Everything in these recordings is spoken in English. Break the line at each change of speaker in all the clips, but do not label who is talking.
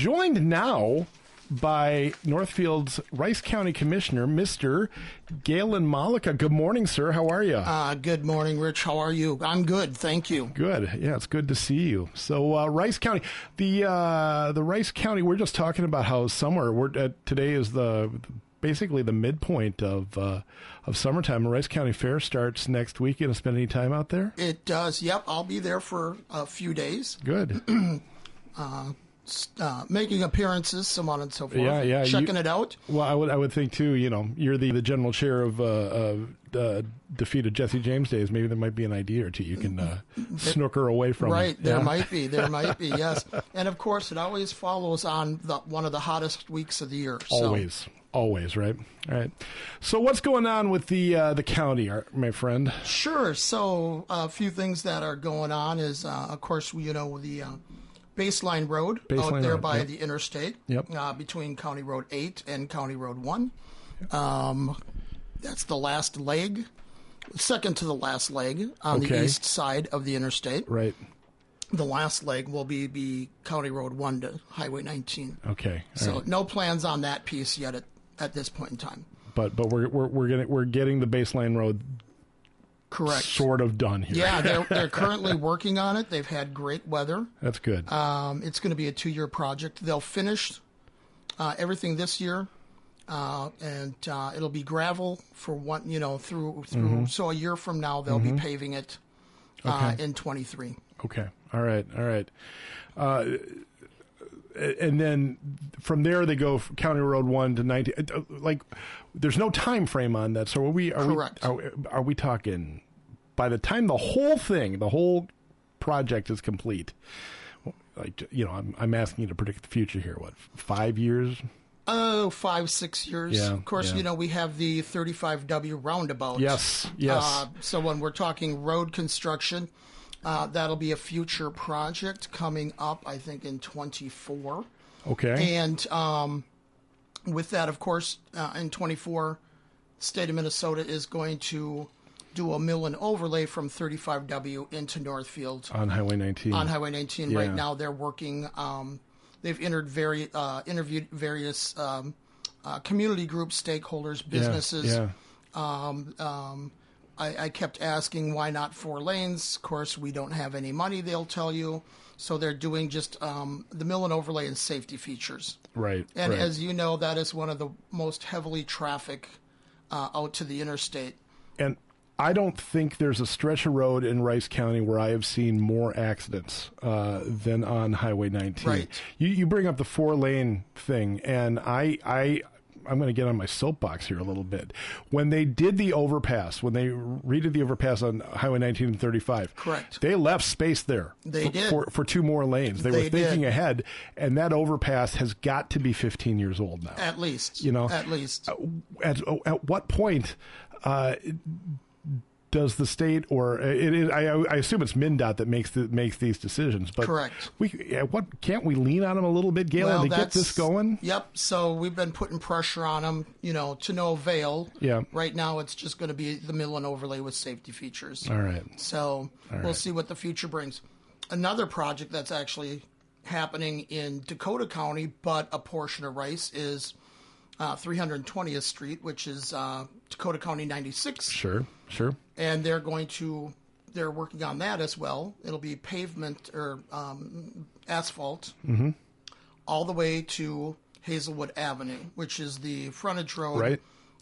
joined now by Northfield's Rice County Commissioner, Mr. Galen Malika. Good morning, sir. How are you?
Uh, good morning, Rich. How are you? I'm good. Thank you.
Good. Yeah, it's good to see you. So, uh, Rice County, the uh, the Rice County. We're just talking about how summer. We're uh, today is the basically the midpoint of uh, of summertime. Rice County Fair starts next week. You gonna spend any time out there?
It does. Yep. I'll be there for a few days,
Good.
uh, making appearances, so on and so forth.
Yeah, yeah, you- Mm,
Checking it out.
Well, I would I would think too. You know, you're the, the general chair of uh, of uh, defeated Jesse James days. Maybe there might be an idea or two you can uh, snooker away from.
Right. There
Yeah.
might be. There might be. Yes. And of course, it always follows on the, one of the hottest weeks of the year. So.
always, always, right? All right. So what's going on with the uh, the county, our- my friend?
Sure. So uh, a few things that are going on is, uh, of course, we, you know the uh, baseline road
Baseline
out there
Road,
by
yep.
the interstate,
Yep.
uh, between County Road Eight and County Road One. Um, that's the last leg, second to the last leg on
Okay.
the east side of the interstate.
Right.
The last leg will be be County Road One to Highway 19.
Okay. All
So
right.
no plans on that piece yet at, at this point in time.
But but we're we're we're getting we're getting the baseline road
Correct.
sort of done here.
yeah, they're they're currently working on it. They've had great weather.
That's good.
Um, it's going to be a two-year project. They'll finish uh, everything this year, uh, and uh, it'll be gravel for one. You know, through through.
Mm-hmm.
So a year from now, they'll be paving it uh, in 23.
Okay. All right. All right. Uh, and then from there they go from County Road One to ninety. uh, Like, there's no time frame on that. So are we? Are
Correct.
We, are, we- are we talking by the time the whole thing, the whole project is complete? Like, you know, I'm I'm asking you to predict the future here. What five years?
Oh, five six years.
Yeah,
of course,
yeah.
you know we have the 35W roundabout.
Yes. Yes.
Uh, so when we're talking road construction, uh, that'll be a future project coming up. I think in 24.
okay.
And um, with that, of course, uh, in 24, state of Minnesota is going to do a mill and overlay from 35W into Northfield
on Highway 19.
on Highway 19. Right
Uh, Yeah.
now, they're working. Um, they've entered vari- uh, interviewed various um, uh, community groups, stakeholders,
Yeah,
businesses.
Yeah.
I, I kept asking why not four lanes. Of course, we don't have any money. They'll tell you. So they're doing just um, the mill and overlay and safety features.
Right.
And
right.
as you know, that is one of the most heavily traffic uh, out to the interstate.
and I don't think there's a stretch of road in Rice County where I have seen more accidents uh, than on Highway 19.
Right.
You, you bring up the four lane thing, and I I I'm going to get on my soapbox here a little bit. When they did the overpass, when they redid the overpass on Highway 19 and 35,
Correct.
They left space there.
They
for,
did.
for, for two more lanes. They, were
They did.
thinking ahead, and that overpass has got to be 15 years old now
At least,
You know, uh,
at least.
at at what point uh, does the state or it, it, I, I assume it's MnDOT that makes the, makes these decisions? But
Correct.
We at what can't we lean on them a little bit, Galen, to get
that's-
this going?
Yep. So we've been putting pressure on them, you know, to no avail.
Yeah.
Right now, it's just going to be the mill and overlay with safety features.
All right.
So we'll see what the future brings. Another project that's actually happening in Dakota County, but a portion of Rice is uh, 320th Street, which is uh, Dakota County 96.
Sure. Sure.
and they're going to they're working on that as well. It'll be pavement or um, asphalt
Mm-hmm.
all the way to Hazelwood Avenue, which is the frontage road
Right.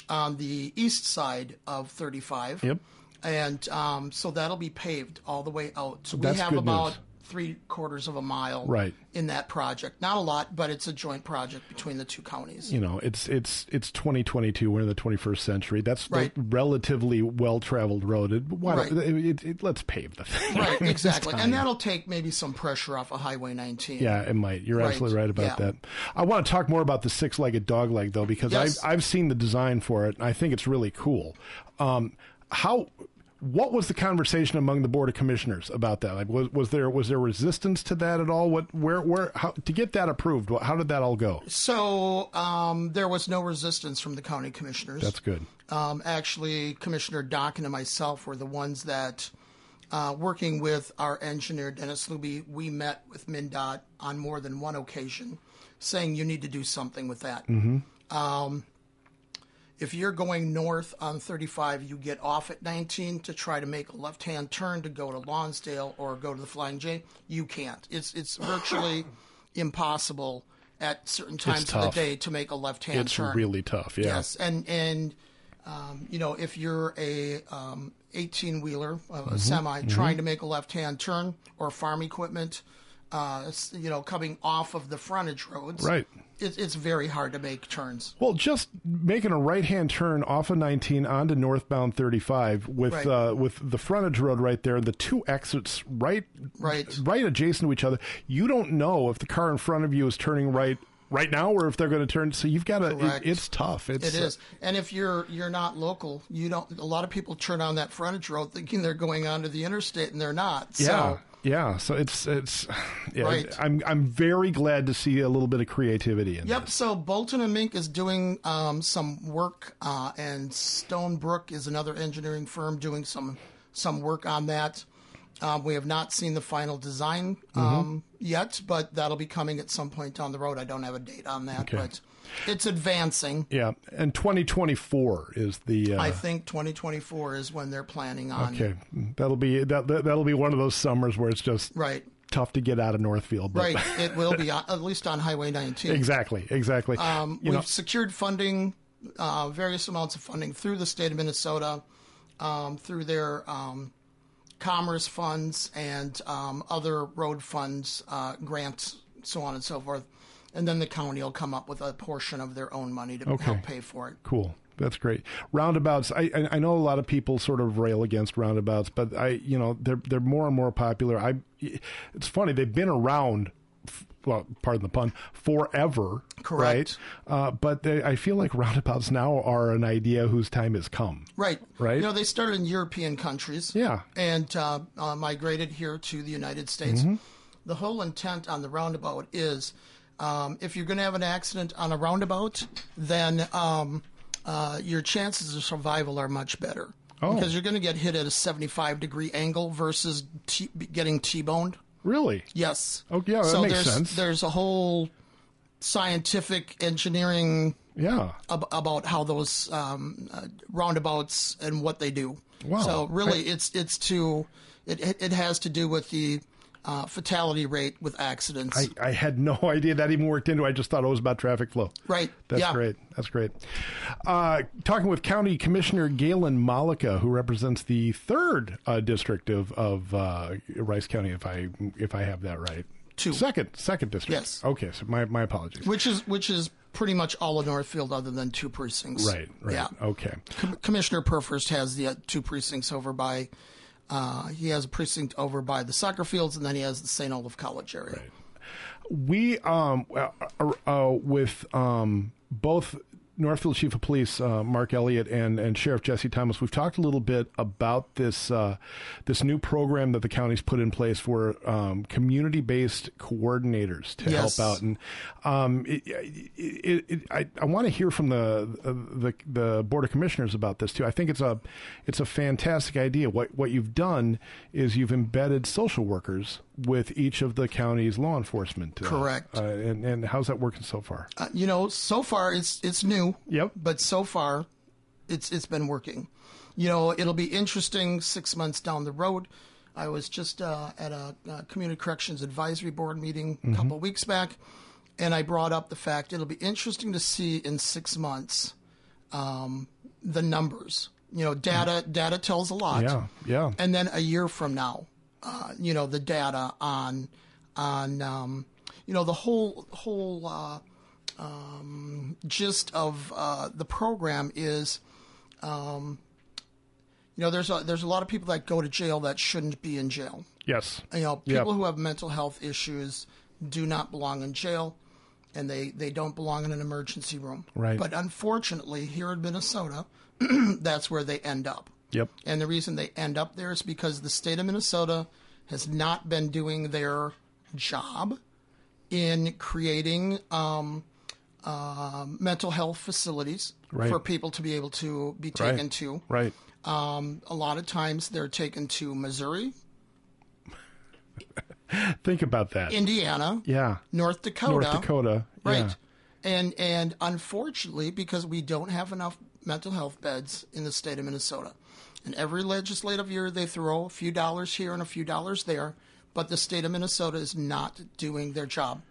on the east side of 35.
Yep.
And um, so that'll be paved all the way out. So
That's
we have
good
about
news.
three quarters of a mile
Right.
in that project. Not a lot, but it's a joint project between the two counties.
You know, it's it's it's 2022. We're in the 21st century. That's the
Right.
relatively well traveled road. It, why don't-
Right.
it, it, it- let's pave the thing.
Right,
It's
exactly.
time.
And that'll take maybe some pressure off of Highway 19.
Yeah, it might. You're absolutely right about
Yeah.
that. I want to talk more about the six-legged dog leg though, because
Yes.
I've I've seen the design for it, and I think it's really cool. Um, how? What was the conversation among the board of commissioners about that? Like, was, was there was there resistance to that at all? What where where how, to get that approved? What, how did that all go?
So um, there was no resistance from the county commissioners.
That's good.
um, actually, Commissioner Dockin and myself were the ones that, uh, working with our engineer Dennis Luby, we met with MnDOT on more than one occasion saying you need to do something with that.
Mm-hmm.
Um, if you're going north on 35, you get off at 19 to try to make a left-hand turn to go to Lonsdale or go to the Flying J. You can't. It's it's virtually impossible at certain times of the
tough.
day to make a left-hand
It's
turn.
really tough. Yeah.
Yes, and and um, you know if you're a um, 18 wheeler, a
Mm-hmm.
semi, trying to make a left hand turn or farm equipment, uh, s- you know coming off of the frontage roads,
Right.
It, it's very hard to make turns.
Well, just making a right-hand turn off of 19 onto northbound 35 with
Right.
uh, with the frontage road right there, the two exits right,
Right.
right adjacent to each other. You don't know if the car in front of you is turning right right now or if they're going to turn. So you've got to.
Correct.
It, it's tough. It's uh,
It is, and if you're you're not local, you don't. A lot of people turn on that frontage road thinking they're going onto the interstate, and they're not. So,
Yeah. yeah, so it's it's yeah,
Right.
I'm I'm very glad to see a little bit of creativity in
Yep. So Bolton and Mink is doing um, some work, uh, and Stonebrook is another engineering firm doing some some work on that. Um, we have not seen the final design
Mm-hmm.
um, yet, but that'll be coming at some point down the road. I don't have a date on that, but it's advancing.
this. Yeah, and 2024 is the uh,
I think 2024 is when they're planning on.
okay. That'll be that that- that'll be one of those summers where it's just
Right.
tough to get out of Northfield. But
Right. it will be on, at least on Highway 19.
exactly, exactly.
Um,
you
we've
know,
secured funding, uh, various amounts of funding through the state of Minnesota, um, through their um, commerce funds and um, other road funds, uh, grants, so on and so forth. And then the county will come up with a portion of their own money to help pay for it.
cool. That's great. Roundabouts. I, I I know a lot of people sort of rail against roundabouts, but I you know they're they're more and more popular. I it's funny they've been around. f- Well, pardon the pun, forever.
Correct.
Right? Uh, but they, I feel like roundabouts now are an idea whose time has come.
Right.
Right.
You know, they started in European countries.
Yeah.
And uh, uh, migrated here to the United States.
Mm-hmm.
The whole intent on the roundabout is um, if you're going to have an accident on a roundabout, then um, uh, your chances of survival are much better.
Oh.
Because you're going to get hit at a 75 degree angle versus t- getting T boned.
Really?
Yes.
Oh, yeah, that
so
makes
there's,
sense.
There's a whole scientific engineering
Yeah.
ab- about how those um, uh, roundabouts and what they do.
Wow.
So really, it's it's to it it it has to do with the uh, fatality rate with accidents.
I, I had no idea that even worked into it. I just thought it was about traffic flow.
right.
That's
yeah.
great. That's great. Uh, talking with County Commissioner Galen Malika, who represents the third uh, district of, of uh, Rice County, if I if I have that right.
Two.
Second, second district.
Yes.
Okay. So my, my apologies.
Which is which is pretty much all of Northfield, other than two precincts.
Right. Right.
Yeah.
Okay.
Com- Commissioner Purfirst has the uh, two precincts over by. Uh, he has a precinct over by the soccer fields, and then he has the St. Olaf College area.
we um uh, uh, with um both Northfield Chief of Police uh, Mark Elliott and and Sheriff Jesse Thomas we've talked a little bit about this uh, this new program that the county's put in place for um, community based coordinators to
Yes.
help out and um it, it, it, it, I I want to hear from the, the the board of commissioners about this too I think it's a it's a fantastic idea what what you've done is you've embedded social workers with each of the county's law enforcement uh,
Correct.
uh, and, and how's that working so far?
Uh, you know, so far it's it's new.
Yep.
But so far, it's it's been working. You know, it'll be interesting six months down the road. I was just uh, at a, uh community corrections advisory board meeting a couple
Mm-hmm.
of weeks back, and I brought up the fact it'll be interesting to see in six months um, the numbers. You know, data data tells a lot
Mm-hmm. Yeah, yeah.
and then a year from now, uh, you know, the data on on um, you know the whole whole uh, um, gist of uh, the program is. Um, you know, there's a, there's a lot of people that go to jail that shouldn't be in jail.
Yes.
You know, people
Yep.
who have mental health issues do not belong in jail, and they they don't belong in an emergency room.
Right.
But unfortunately, here in Minnesota, that's where they end up.
Yep.
And the reason they end up there is because the state of Minnesota has not been doing their job in creating um, uh, mental health facilities
Right.
for people to be able to be
Right.
taken to.
Right.
Um, a lot of times they're taken to Missouri,
Think about that.
Indiana,
yeah.
North Dakota,
North Dakota.
right.
Yeah.
And and unfortunately, because we don't have enough mental health beds in the state of Minnesota, and every legislative year they throw a few dollars here and a few dollars there, but the state of Minnesota is not doing their job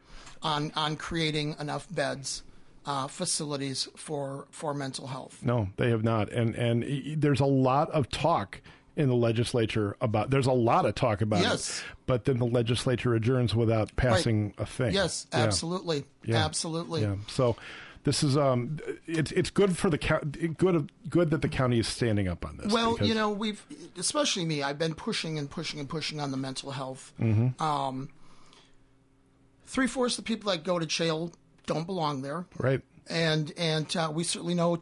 on on creating enough beds, uh, facilities for for mental health.
No, they have not. And and e- there's a lot of talk in the legislature about. There's a lot of talk about
Yes.
it, but then the legislature adjourns without passing a thing.
Yes,
Yeah.
absolutely,
Yeah.
absolutely.
Yeah. So this is um, it's it's good for the county. Good good that the county is standing up on this.
Well,
because-
you know, we've especially me. I've been pushing and pushing and pushing on the mental health. Um, Three fourths of the people that go to jail don't belong there,
right?
and and uh, we certainly know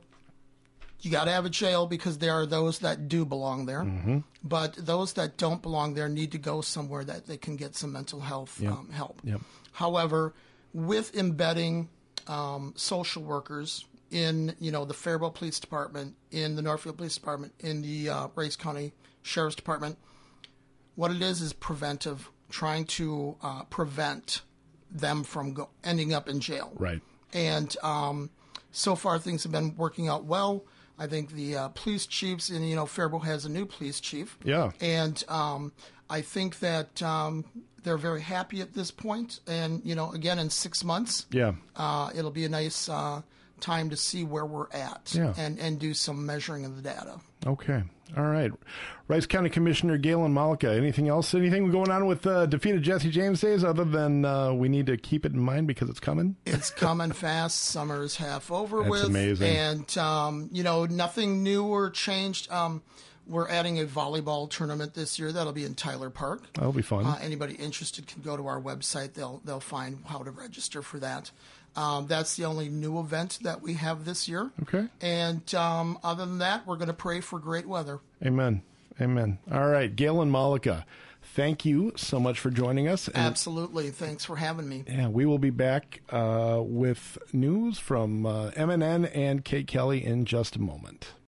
you got to have a jail because there are those that do belong there, but those that don't belong there need to go somewhere that they can get some mental health um, help.
Yep.
However, with embedding um, social workers in, you know, the Faribault Police Department, in the Northfield Police Department, in the uh, Race County Sheriff's Department, what it is is preventive, trying to uh, prevent them from go- ending up in jail
Right.
and um, so far things have been working out well. I think the uh, police chiefs, and you know, Faribault has a new police chief.
Yeah.
And um, I think that um, they're very happy at this point. And you know, again, in six months,
Yeah.
uh, it'll be a nice uh, time to see where we're at
Yeah.
and and do some measuring of the data.
Okay. All right. Rice County Commissioner Galen Malika. Anything else? Anything going on with uh, defeated Jesse James days other than uh, we need to keep it in mind because it's coming?
It's coming fast. Summer is half over
That's
with.
amazing.
And, um, you know, nothing new or changed. Um, we're adding a volleyball tournament this year. That'll be in Tyler Park.
That'll be fun.
Uh, anybody interested can go to our website. They'll they'll find how to register for that. Um, that's the only new event that we have this year.
Okay.
And um, other than that, we're going to pray for great weather.
Amen. Amen. All right. Galen Malika, thank you so much for joining us. And
Absolutely. Thanks for having me.
yeah, we will be back uh, with news from uh, MNN and Kate Kelly in just a moment.